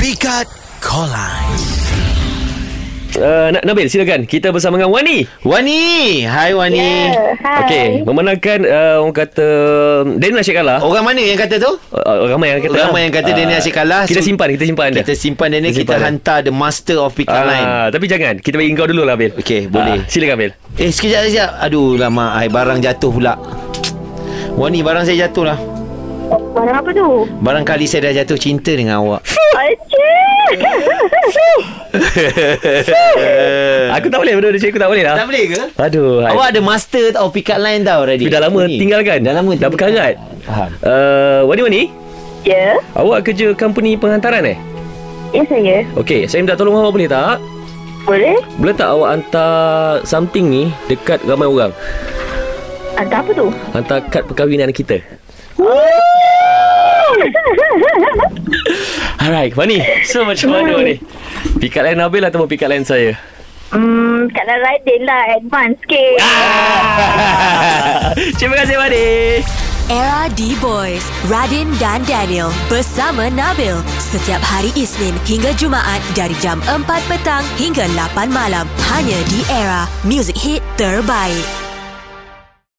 Pikat Kolan. Uh, Na- Nabil silakan Kita bersama dengan Wani Wani, hai Wani. Yeah, hi. Okey Memenangkan uh, Orang kata Daniel Asyik kalah oh. Orang mana yang kata tu? uh, Ramai yang kata Ah. Ramai yang kata Daniel Asyik kalah. Kita So, simpan Kita simpan dah Kita simpan Daniel, Kita kita, simpan dia. hantar the master of pick up line. Ah, Tapi jangan Kita bagi kau dulu lah Bil Okey, Ah, boleh. Silakan Bil Eh, sekejap, sekejap. Aduh, lama. Hai, barang jatuh pula. Wani, barang saya jatuh lah. Barang apa tu? Barangkali saya dah jatuh cinta dengan awak. Acik. Aku tak boleh Benda-benda aku tak boleh lah Tak boleh ke? Aduh hai. Eh. Awak ada master of pick up line tau Tapi ready. dah lama tinggalkan Dah lama Dah tinggalkan. berkarat Faham. uh, Wani-Wani Ya, Awak kerja company penghantaran eh ya saya. Okey Saya minta tolong awak boleh tak Boleh? Boleh tak awak hantar Something ni Dekat ramai orang Hantar apa tu? Hantar kad perkahwinan kita Alright Wani So macam mana Wani Pick up line Nabil Atau pick up line saya hmm, kat dalam Radin lah. Advance sikit. Terima kasih Wani Era D-Boys, Radin dan Daniel bersama Nabil setiap hari Isnin hingga Jumaat dari jam 4 petang hingga 8 malam hanya di Era Music Hit Terbaik.